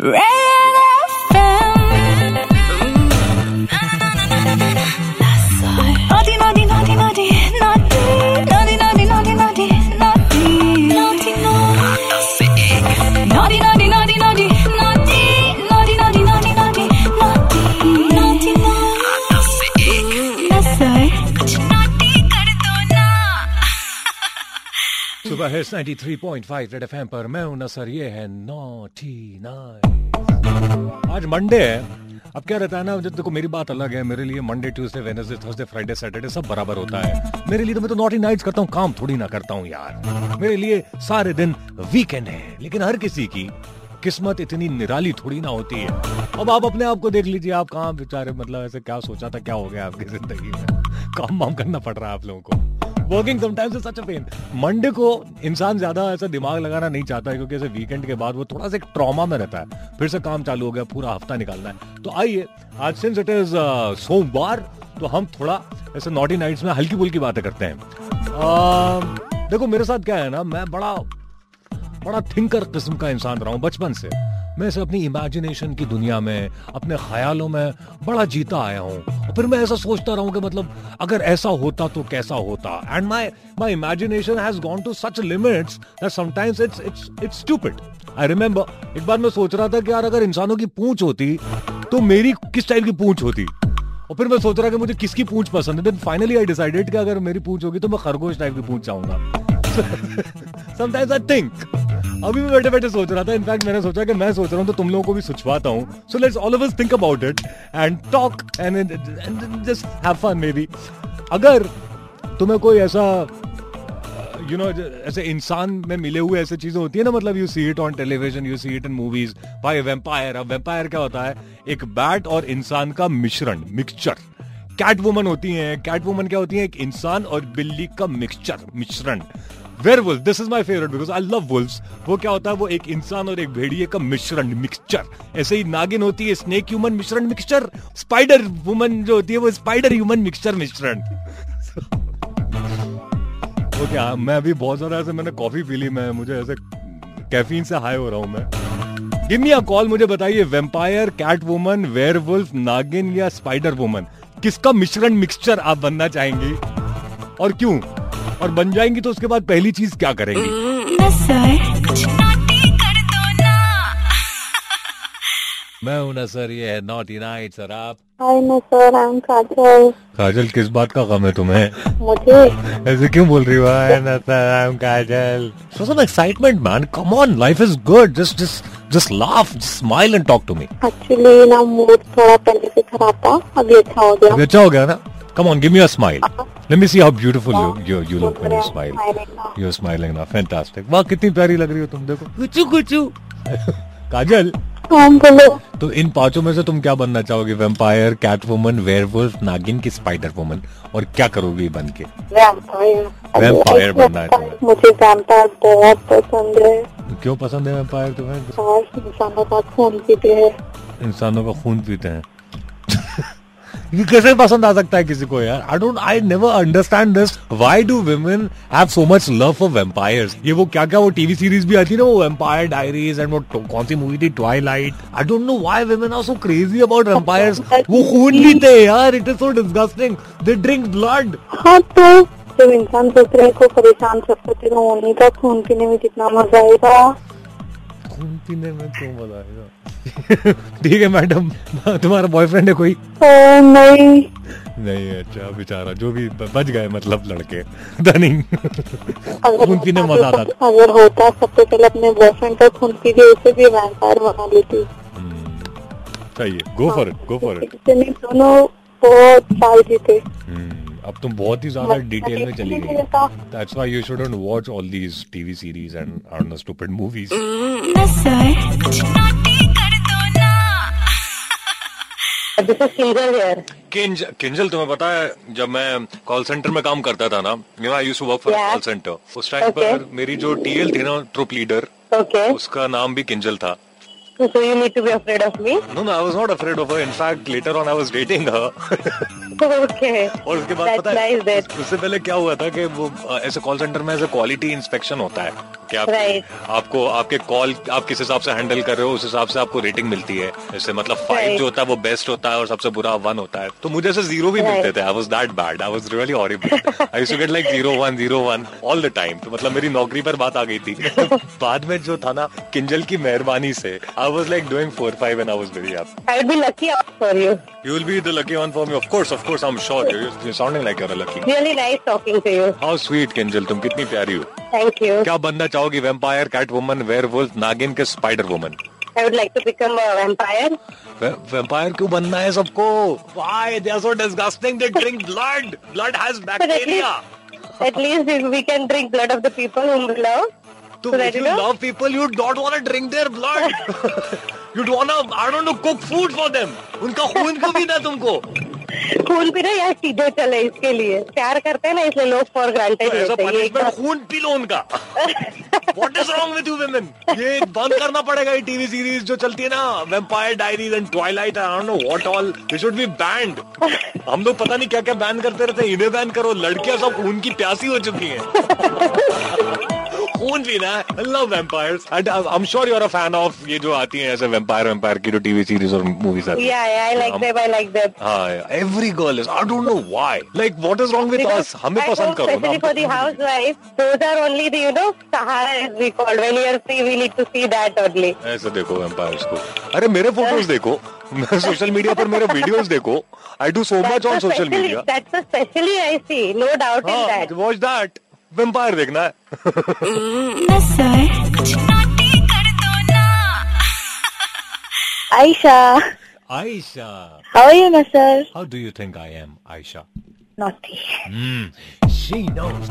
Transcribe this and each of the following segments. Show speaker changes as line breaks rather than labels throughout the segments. Red FM. Naughty, naughty, naughty, naughty, naughty. Naughty, naughty, naughty, naughty, naughty. Naughty, naughty, naughty, naughty, naughty. Naughty, naughty, naughty, naughty, naughty. Naughty, naughty. Nasar, कुछ naughty कर दो ना।
सुबह hits 93.5 red FM पर मैं हूं नसर ये है नॉटी नाइन आज मंडे है अब क्या रहता है ना जब देखो मेरी बात अलग है मेरे लिए Monday Tuesday Wednesday Thursday Friday Saturday सब बराबर होता है मेरे लिए तो मैं तो नॉटी नाइट्स करता हूँ काम थोड़ी ना करता हूँ यार मेरे लिए सारे दिन वीकेंड है लेकिन हर किसी की किस्मत इतनी निराली थोड़ी ना होती है अब आप अपने आप को देख लीजिए आप कहाँ बेचारे मतलब ऐसे क्या सोचा था क्या हो गया आपकी जिंदगी में काम वाम करना पड़ रहा है आप लोगों को working sometimes is such a pain Monday को इंसान ज्यादा ऐसा दिमाग लगाना नहीं चाहता है क्योंकि ऐसे वीकेंड के बाद वो थोड़ा सा एक ट्रॉमा में रहता है फिर से काम चालू हो गया पूरा हफ्ता निकालना है तो आइए आज सिंस इट इज uh, सोमवार तो हम थोड़ा ऐसे नॉटी नाइट्स में हल्की फुल्की बातें करते हैं अ, देखो मेरे साथ क्या है ना मैं बड़ा बड़ा थिंकर किस्म का इंसान रहा हूं बचपन से मैं ऐसे अपनी इमेजिनेशन की दुनिया में अपने ख्यालों में बड़ा जीता आया हूं और फिर मैं ऐसा सोचता रहा हूं कि मतलब अगर ऐसा होता तो कैसा होता and my my imagination has gone to such limits that sometimes it's it's it's stupid I remember एक बार मैं सोच रहा था कि यार अगर इंसानों की पूंछ होती तो मेरी किस टाइप की पूंछ होती और फिर मैं सोच रहा कि मुझे किसकी पूंछ पसंद है देन फाइनली आई डिसाइडेड कि अगर मेरी पूंछ होगी तो मैं खरगोश टाइप की पूंछ चाहूंगा समटाइम्स आई थिंक अभी मैं बैठे बैठे सोच रहा था इनफैक्ट मैंने सोचा कि मैं सोच रहा हूँ तो तुम लोगों को भी सुझवाता हूँ so let's all of us think about it and talk and just have fun maybe अगर तुम्हें कोई ऐसा यू नो ऐसे इंसान में मिले हुए ऐसे चीजें होती है ना मतलब you see it on television you see it in movies by vampire अब वेम्पायर क्या होता है एक बैट और इंसान का मिश्रण मिक्सचर कैट वुमन होती हैं कैट वुमन क्या होती है एक इंसान और बिल्ली का मिक्सचर मिश्रण werewolf this is my favourite because I love wolf वो क्या होता है वो एक इंसान और एक भेड़िए का मिश्रण मिक्सचर ऐसे ही नागिन होती है स्नेक ह्यूमन मिश्रण मिक्सचर स्पाइडर वुमन जो होती है वो स्पाइडर ह्यूमन मिक्सचर मिश्रण ओके okay, मैं अभी बहुत ज्यादा ऐसे मैंने कॉफी पी ली मैं मुझे ऐसे कैफीन से हाई हो रहा हूं मैं गिव मी अ कॉल मुझे बताइए वेम्पायर कैट वुमन वेयरवुल्फ नागिन या स्पाइडर वुमन किसका मिश्रण मिक्सचर आप बनना चाहेंगी और क्यों और बन जाएंगी तो उसके बाद पहली चीज क्या करेंगी
नसर, कुछ naughty कर दो ना।
मैं हूं ना सर ये है नॉट इनाइट सर आप
हाय मैं sir I am Kajal
Kajal किस बात का गम है तुम्हें
मुझे
ऐसे क्यों बोल रही हो I am I am Kajal so some excitement man come on life is good just just just laugh just smile and talk to me
actually ना मूड थोड़ा पहले से खराब था अभी अच्छा हो गया
अभी अच्छा हो गया ना come on give me a smile let me see how beautiful you you look when you smile you are smiling now fantastic वाह कितनी प्यारी लग रही हो तुम देखो गुचू गुचू काजल
हम हाँ, बोलो
तो इन पांचों में से तुम क्या बनना चाहोगी वेम्पायर कैट वुमन वेयरवुल्फ नागिन की स्पाइडर वुमन और क्या करोगी बन के
वैम्पायर
Vampire बनना है तुम्हें।
मुझे वैम्पायर बहुत पसंद है
क्यों पसंद है वेम्पायर तुम्हें
और इंसानों का खून पीते हैं
इंसानों का खून पीते हैं ये कैसे पसंद आ सकता है किसी को यार I don't I never understand this why do women have so much love for vampires ये वो क्या क्या वो टीवी सीरीज भी आती है ना वो वेम्पायर डायरीज एंड वो तो- कौन सी मूवी थी Twilight I don't know why women are so crazy about vampires वो खून पीते हैं यार it is so disgusting they drink blood
हाँ तो जब इंसान दूसरे को परेशान कर सकते तो उन्हीं का खून पीने में कितना मजा आएगा
खून पीने में क्यों मजा आएगा ठीक है मैडम तुम्हारा बॉयफ्रेंड है कोई
तो नहीं
नहीं अच्छा बेचारा जो भी ब- बच गए मतलब लड़के धनी
अगर
खून पीने में मजा आता था।
अगर होता सबसे पहले अपने बॉयफ्रेंड का खून पी के उसे भी वैम्पायर बना लेती
चाहिए go for it go for it
इतने दोनों बहुत साल जीते
हम्म, अब तुम बहुत ही ज्यादा
मतलब
डिटेल में चली गई
डिटेल का।
That's why you shouldn't watch all these TV series and I don't know stupid movies
Nasser, कुछ naughty कर दो ना।
दिस इज सिंगल हेयर
किंज किंजल तुम्हें पता है जब मैं कॉल सेंटर में काम करता था ना you know I used to work for
Yeah.
Call centre उस टाइम
Okay.
पर मेरी जो टीएल थी ना ट्रुप लीडर
ओके
उसका नाम भी किंजल था
So you need to be afraid of me.
No, no, I was not afraid of her. In fact, later on I was dating her.
Okay.
और उसके बाद
That's
पता है
nice that-
उससे पहले क्या हुआ था कि वो अ, ऐसे कॉल सेंटर में ऐसे क्वालिटी इंस्पेक्शन होता है कि आप
Right.
आपको आपके कॉल आप किस हिसाब से हैंडल कर रहे हो उस हिसाब से आपको रेटिंग मिलती है जैसे मतलब फाइव
Right.
जो होता है वो बेस्ट होता है और सबसे बुरा वन होता है तो मुझे ऐसे जीरो भी
Right.
मिलते थे I was that bad I was really horrible I use to get like zero one zero one all the time तो मतलब मेरी नौकरी पर बात आ गई थी तो बाद में जो था ना किंजल की मेहरबानी से I was like doing four five and I was very happy
I'd be lucky for you.
You will be the lucky one for me. Of course, of course, I'm sure. You're, you're sounding like you're a lucky.
Really nice talking to you.
How sweet, Kinjal. तुम कितनी प्यारी हो
Thank you.
क्या बनना चाहोगी vampire cat woman were नागिन के spider woman
I would like to become a vampire.
Vampire क्यों बनना है सबको Why they are so disgusting? They drink blood. Blood has
But at
bacteria.
least, at least if we can drink blood of the people whom we love.
So
So
if
that
you
you know.
love people, you don't want to drink their blood. You'd want to, I don't know, cook food for them. उनका खून को भी ना तुमको
खून पीना यार सीधे चले इसके लिए प्यार करते हैं ना इसलिए लोग फॉर ग्रांटेड
तो ऐसा
लेते हैं ये
पनिशमेंट
एकदम-
खून पी लो उनका what is wrong with you women ये बंद करना पड़ेगा ये टीवी सीरीज जो चलती है ना Vampire Diaries and Twilight I don't know what all they should be banned हम लोग पता नहीं क्या क्या बैन करते रहते हैं इन्हें बैन करो लड़कियां सब खून की प्यासी हो चुकी हैं खून पीना I love vampires and I am sure you are a fan of ये जो आती है ऐसे वेम्पायर वेम्पायर की जो टीवी सीरीज और मूवीज आती
Yeah, yeah, I
Um,
like them, I like them.
हाँ every girl is I don't know why like what is wrong with us तो हमें पसंद करो ना हमको
स्पेशली फॉर दी
खून
house wife those are only the you know सहारा is we called when you are free we need to see that only
ऐसे देखो वेम्पायर्स को अरे मेरे फोटोज देखो सोशल मीडिया पर मेरे वीडियोस देखो I do so much on social media
that's specially I see no doubt
हाँ,
in that
watch that vampire देखना है
सर कुछ नोटी कर दो ना
Aisha,
Ayesha
how are you, Nasser?
How do you think I am Ayesha
Naughty.
Hmm, she knows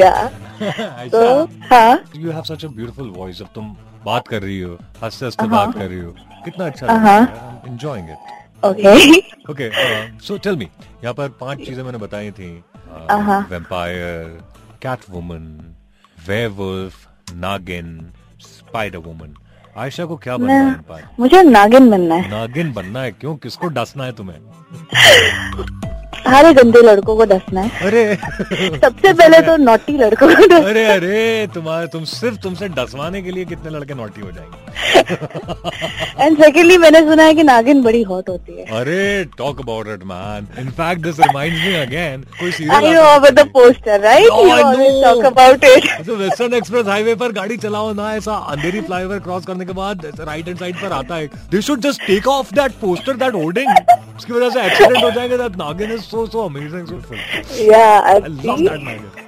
Yeah.
Ayesha
So, huh?
You have such a beautiful voice अब तुम बात कर रही हो हंसते हंसते बात कर रही हो कितना अच्छा लग रहा है I am enjoying it
Okay.
Okay so tell me यहाँ पर पांच चीजें मैंने बताई uh, थी वेम्पायर कैट वुमन वेयरवुल्फ नागिन स्पाइडर वुमन आयशा को क्या बनना है vampire?
मुझे नागिन बनना है
नागिन बनना है क्यों किसको डसना है तुम्हें
सारे गंदे लड़कों को डसना है
अरे
सबसे पहले तो नॉटी लड़कों को डस
अरे अरे तुम्हारे तुम सिर्फ तुमसे डसवाने के लिए कितने लड़के नोटी हो जाएंगे
एंड सेकेंडली मैंने सुना है कि नागिन बड़ी हॉट होती है
अरे talk about it man in fact this reminds me again कोई
I know
serial
about the poster right
Oh,
you
I
always
know.
Talk about it
अच्छा वेस्टर्न एक्सप्रेस हाईवे पर गाड़ी चलाओ ना ऐसा अंधेरी फ्लाईओवर क्रॉस करने के बाद राइट हैंड साइड पर आता है they should just take off that poster that hoarding उसकी वजह से एक्सीडेंट हो जाएगा दैट नागिन is so so amazing so I
या
लव दैट नागिन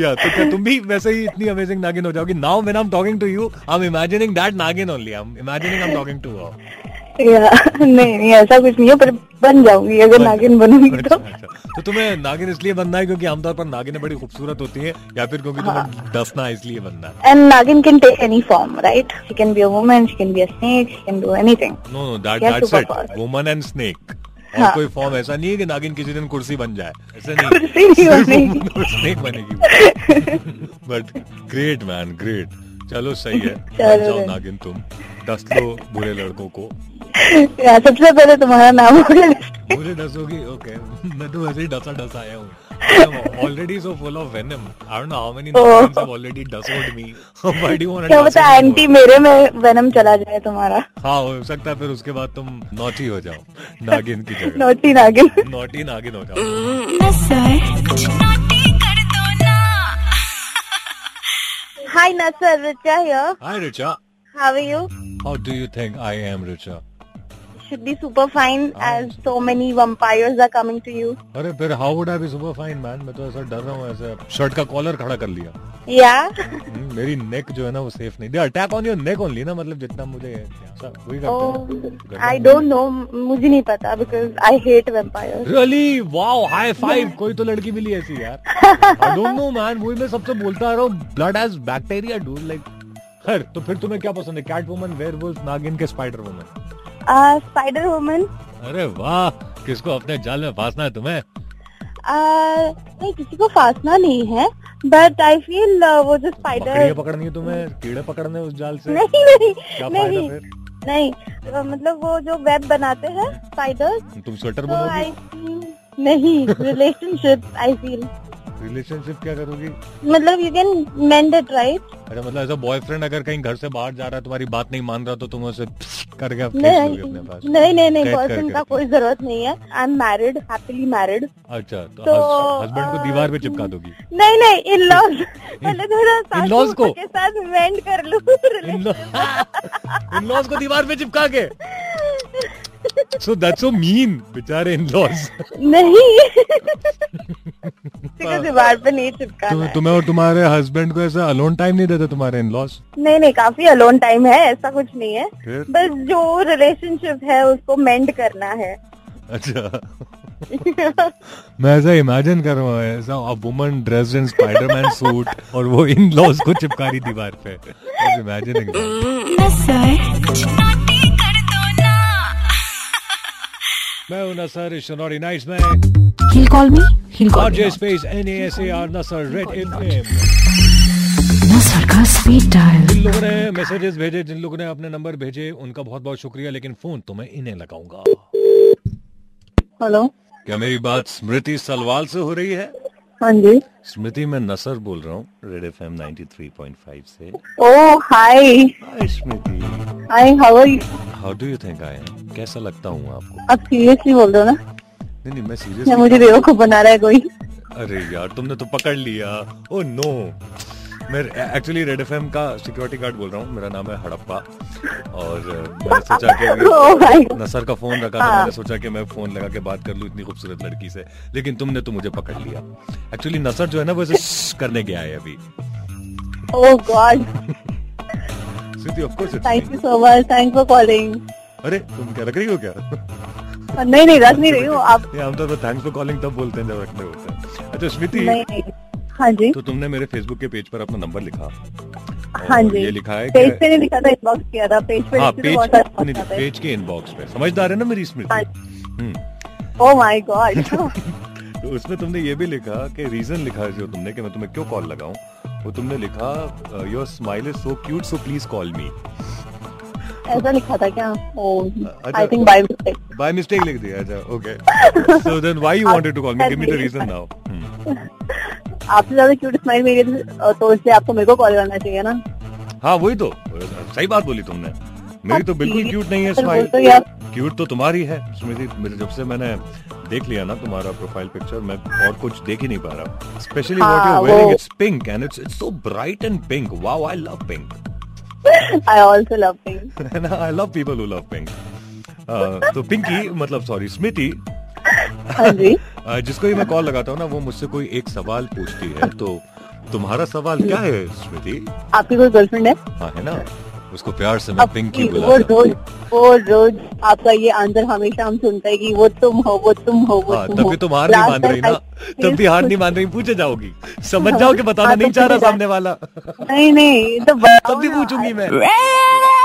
या तो क्या तुम भी वैसे ही इतनी अमेजिंग नागिन हो जाओगी now when I am talking to you I am imagining that नागिन only I am imagining I am talking to her
या नहीं नहीं ऐसा कुछ नहीं है पर बन जाऊंगी अगर नागिन बनूंगी
अच्छा,
तो
अच्छा। तो तुम्हें नागिन इसलिए बनना है क्योंकि आमतौर पर नागिनें बड़ी खूबसूरत होती हैं या फिर क्योंकि तुम्हें डसना है इसलिए बनना है
एंड नागिन can take any form right she can be a woman she can be a snake she can do anything
no no that
Yeah,
that's it
superpower.
Woman and snake और
हाँ।
कोई फॉर्म ऐसा नहीं है कि नागिन किसी दिन कुर्सी बन जाए ऐसा
कुर्सी नहीं बनेगी।
स्नेक बनेगी बट ग्रेट मैन ग्रेट चलो सही है बन
चलो
जाओ
रे।
नागिन तुम दस लो बुरे लड़कों को
या सबसे पहले तुम्हारा नाम होगा
मुझे डसोगी ओके मैं तो वैसे ही डसा डसा आया हूँ already so full of venom I don't know how many
Oh.
नागिन्स हैव ऑलरेडी डसोड me why do you want
क्या पता एंटी मेरे में वेनम चला जाए तुम्हारा
हाँ हो सकता है फिर उसके बाद तुम नॉटी हो जाओ नागिन की जगह
नोटी नागिन
नॉटी नागिन हो जाओ
सर कुछ नोटी कर दो ना
hi Nasser Richa here
Hi, Richa.
How are you
How do you think I am, Richa?
Should be super fine as so many vampires are coming to you
अरे फिर how would I be super fine man मैं तो ऐसा डर रहा हूँ ऐसे shirt का कॉलर खड़ा कर लिया
या
हम्म, मेरी नेक जो है ना वो सेफ नहीं they attack on your neck only ना मतलब जितना मुझे ऐसा वही
Oh,
करते
आई डोंट नो मुझे नहीं पता because I hate vampires
really wow high five कोई तो लड़की मिली ऐसी यार आई डोंट नो मैन वही मैं सबसे बोलता आ रहा हूँ blood as bacteria do like खैर तो फिर तुम्हें क्या पसंद है कैट वुमन वेयरवुल्फ नागिन के स्पाइडर वुमन
स्पाइडर वुमन
अरे वाह किसको अपने जाल में फांसना है तुम्हें
नहीं किसी को फासना नहीं है बट आई फील uh, वो जो
मकड़ियाँ
स्पाइडर
पकड़नी है तुम्हें कीड़े पकड़ने उस जाल से
नहीं नहीं
क्या फायदा
नहीं
फिर
नहीं अ, मतलब वो जो वेब बनाते हैं स्पाइडर
तुम स्वेटर
तो आई
बनोगी
नहीं रिलेशनशिप आई फील
रिलेशनशिप क्या करोगी
मतलब you can mend it right
अच्छा मतलब ऐसा बॉयफ्रेंड अगर कहीं घर से बाहर जा रहा है तुम्हारी बात नहीं मान रहा तो तुम उसे करके आप खींच
नहीं
लोगे अपने पास
नहीं नहीं नहीं
कैद कर
बॉयफ्रेंड का
करके।
कोई जरूरत नहीं है I am married happily married
अच्छा तो
तो,
हस्बैंड को
अ,
दीवार पे चिपका दोगी
नहीं नहीं इन लॉज मतलब थोड़ा
In-laws को?
सासू के साथ मेंड कर लूं
इन लो- इन लॉज को दीवार पे चिपका के सो दैट्स सो मीन बेचारे इन लॉज
नहीं किसी को दीवार पे नहीं चिपकाना है।
तुम्हें और तुम्हारे हस्बैंड को ऐसा अलोन टाइम नहीं देते तुम्हारे इन लॉज
नहीं नहीं काफी अलोन टाइम है ऐसा कुछ नहीं है
फिर?
बस जो रिलेशनशिप है उसको मेंड करना है
अच्छा मैं ऐसा इमेजिन कर रहा हूँ ऐसा a woman dressed in Spiderman suit और वो इन लॉज को चिपका रही दीवार पे इमेजिन
ना सर कुछ naughty कर दो ना
मैं हूं नसर इस सोनोरी नाइट्स में
He'll call me. He'll call me.
RJ
not.
Space N A S A R Nasser Red FM
No, Sarkar speed dial.
जिन लोगों ने मैसेजेस भेजे जिन लोगों ने अपने नंबर भेजे उनका बहुत बहुत शुक्रिया लेकिन फोन तो मैं इन्हें लगाऊंगा
हेलो
क्या मेरी बात स्मृति सलवाल से हो रही है
हाँ जी
स्मृति मैं नसर बोल रहा हूँ Red F M ninety three point five से
oh hi
hi Smriti
hi how are you
how do you think I am कैसा लगता हूँ आपको
आप सीरियसली बोल रहे हो ना
नहीं नहीं मैं
या
सीरियस
मुझे बेवकूफ बना रहा है कोई
अरे यार तुमने तो पकड़ लिया ओ नो मैं एक्चुअली रेड एफ का सिक्योरिटी गार्ड बोल रहा हूँ मेरा नाम है हड़प्पा और अ, मैंने सोचा
Oh my
कि
God. हाँ।
नसर का फोन रखा था मैंने सोचा कि मैं फोन लगा के बात कर लूँ इतनी खूबसूरत लड़की से लेकिन तुमने तो मुझे पकड़ लिया एक्चुअली नसर जो है ना वो ऐसे "श्श्श" करने गया है अभी
ओ गॉड
स्थिति of
thank you
course
so much thank for calling
अरे तुम क्या रख रही हो क्या
नहीं नहीं रख नहीं रही हूँ आप
ये आमतौर पर थैंक्स फॉर कॉलिंग तब बोलते हैं जब रखने होते हैं अच्छा स्मृति
नहीं नहीं हाँ जी
तो तुमने मेरे फेसबुक के पेज पर अपना नंबर लिखा
हाँ
तो- और
जी
ये लिखा है
पेज
कि
पे नहीं लिखा था इनबॉक्स किया था पेज पे
हाँ
लिखते
पेज
तो बहुत सारे
नहीं,
thoughts आते हैं।
पेज के इनबॉक्स में समझदार है ना मेरी
हाँ।
स्मृति हम्म,
ओ माय गॉड
तो उसमें तुमने ये भी लिखा कि रीजन लिखा है जो तुमने कि मैं तुम्हें क्यों कॉल लगाऊं वो तुमने लिखा "Uh, your smile is so cute so please call me
ऐसा लिखा था क्या Oh, ओ
अच्छा।
I think by mistake
by mistake लिख दिया अच्छा okay so then why you wanted to call me give me the reason now
आपसे ज्यादा क्यूट स्माइल मेरी है, तो इसलिए आपको मेरे को कॉल करना चाहिए ना
हाँ वही तो सही बात बोली तुमने मेरी तो बिल्कुल क्यूट नहीं है
पर
स्माइल
बोलते हो यार।
क्यूट तो तुम्हारी है स्मृति मेरे जब से मैंने देख लिया ना तुम्हारा प्रोफाइल पिक्चर मैं और कुछ देख ही नहीं पा रहा स्पेशली व्हाट
हाँ,
यू वेयरिंग
वो-
it's pink and it's it's so bright and pink wow I love pink
I also love pink
and I love people who love pink. Uh, तो पिंकी मतलब सॉरी स्मिति
हाँ जी
uh, जिसको ये मैं call लगाता हूँ ना वो मुझसे कोई एक सवाल पूछती है तो तुम्हारा सवाल क्या है स्मृति
आपकी कोई गर्लफ्रेंड है
हाँ है ना उसको प्यार से मैं
अब
पिंकी
की- वो तो-
बुलाता हूँ
रोज वो रोज आपका ये आंसर हमेशा हम सुनते हैं कि वो तुम हो वो तुम हो वो
हाँ
तुम हो
तब भी तुम हार नहीं
Last
मान रही
time
ना
I-
तब भी हार नहीं मान रही पूछे जाओगी समझ जाओ कि बताना
हाँ,
नहीं
तो
चाह रहा
पूछे जा-
सामने वाला तब
नहीं नहीं तो बताओ
भी
ना,
पूछूंगी मैं
रे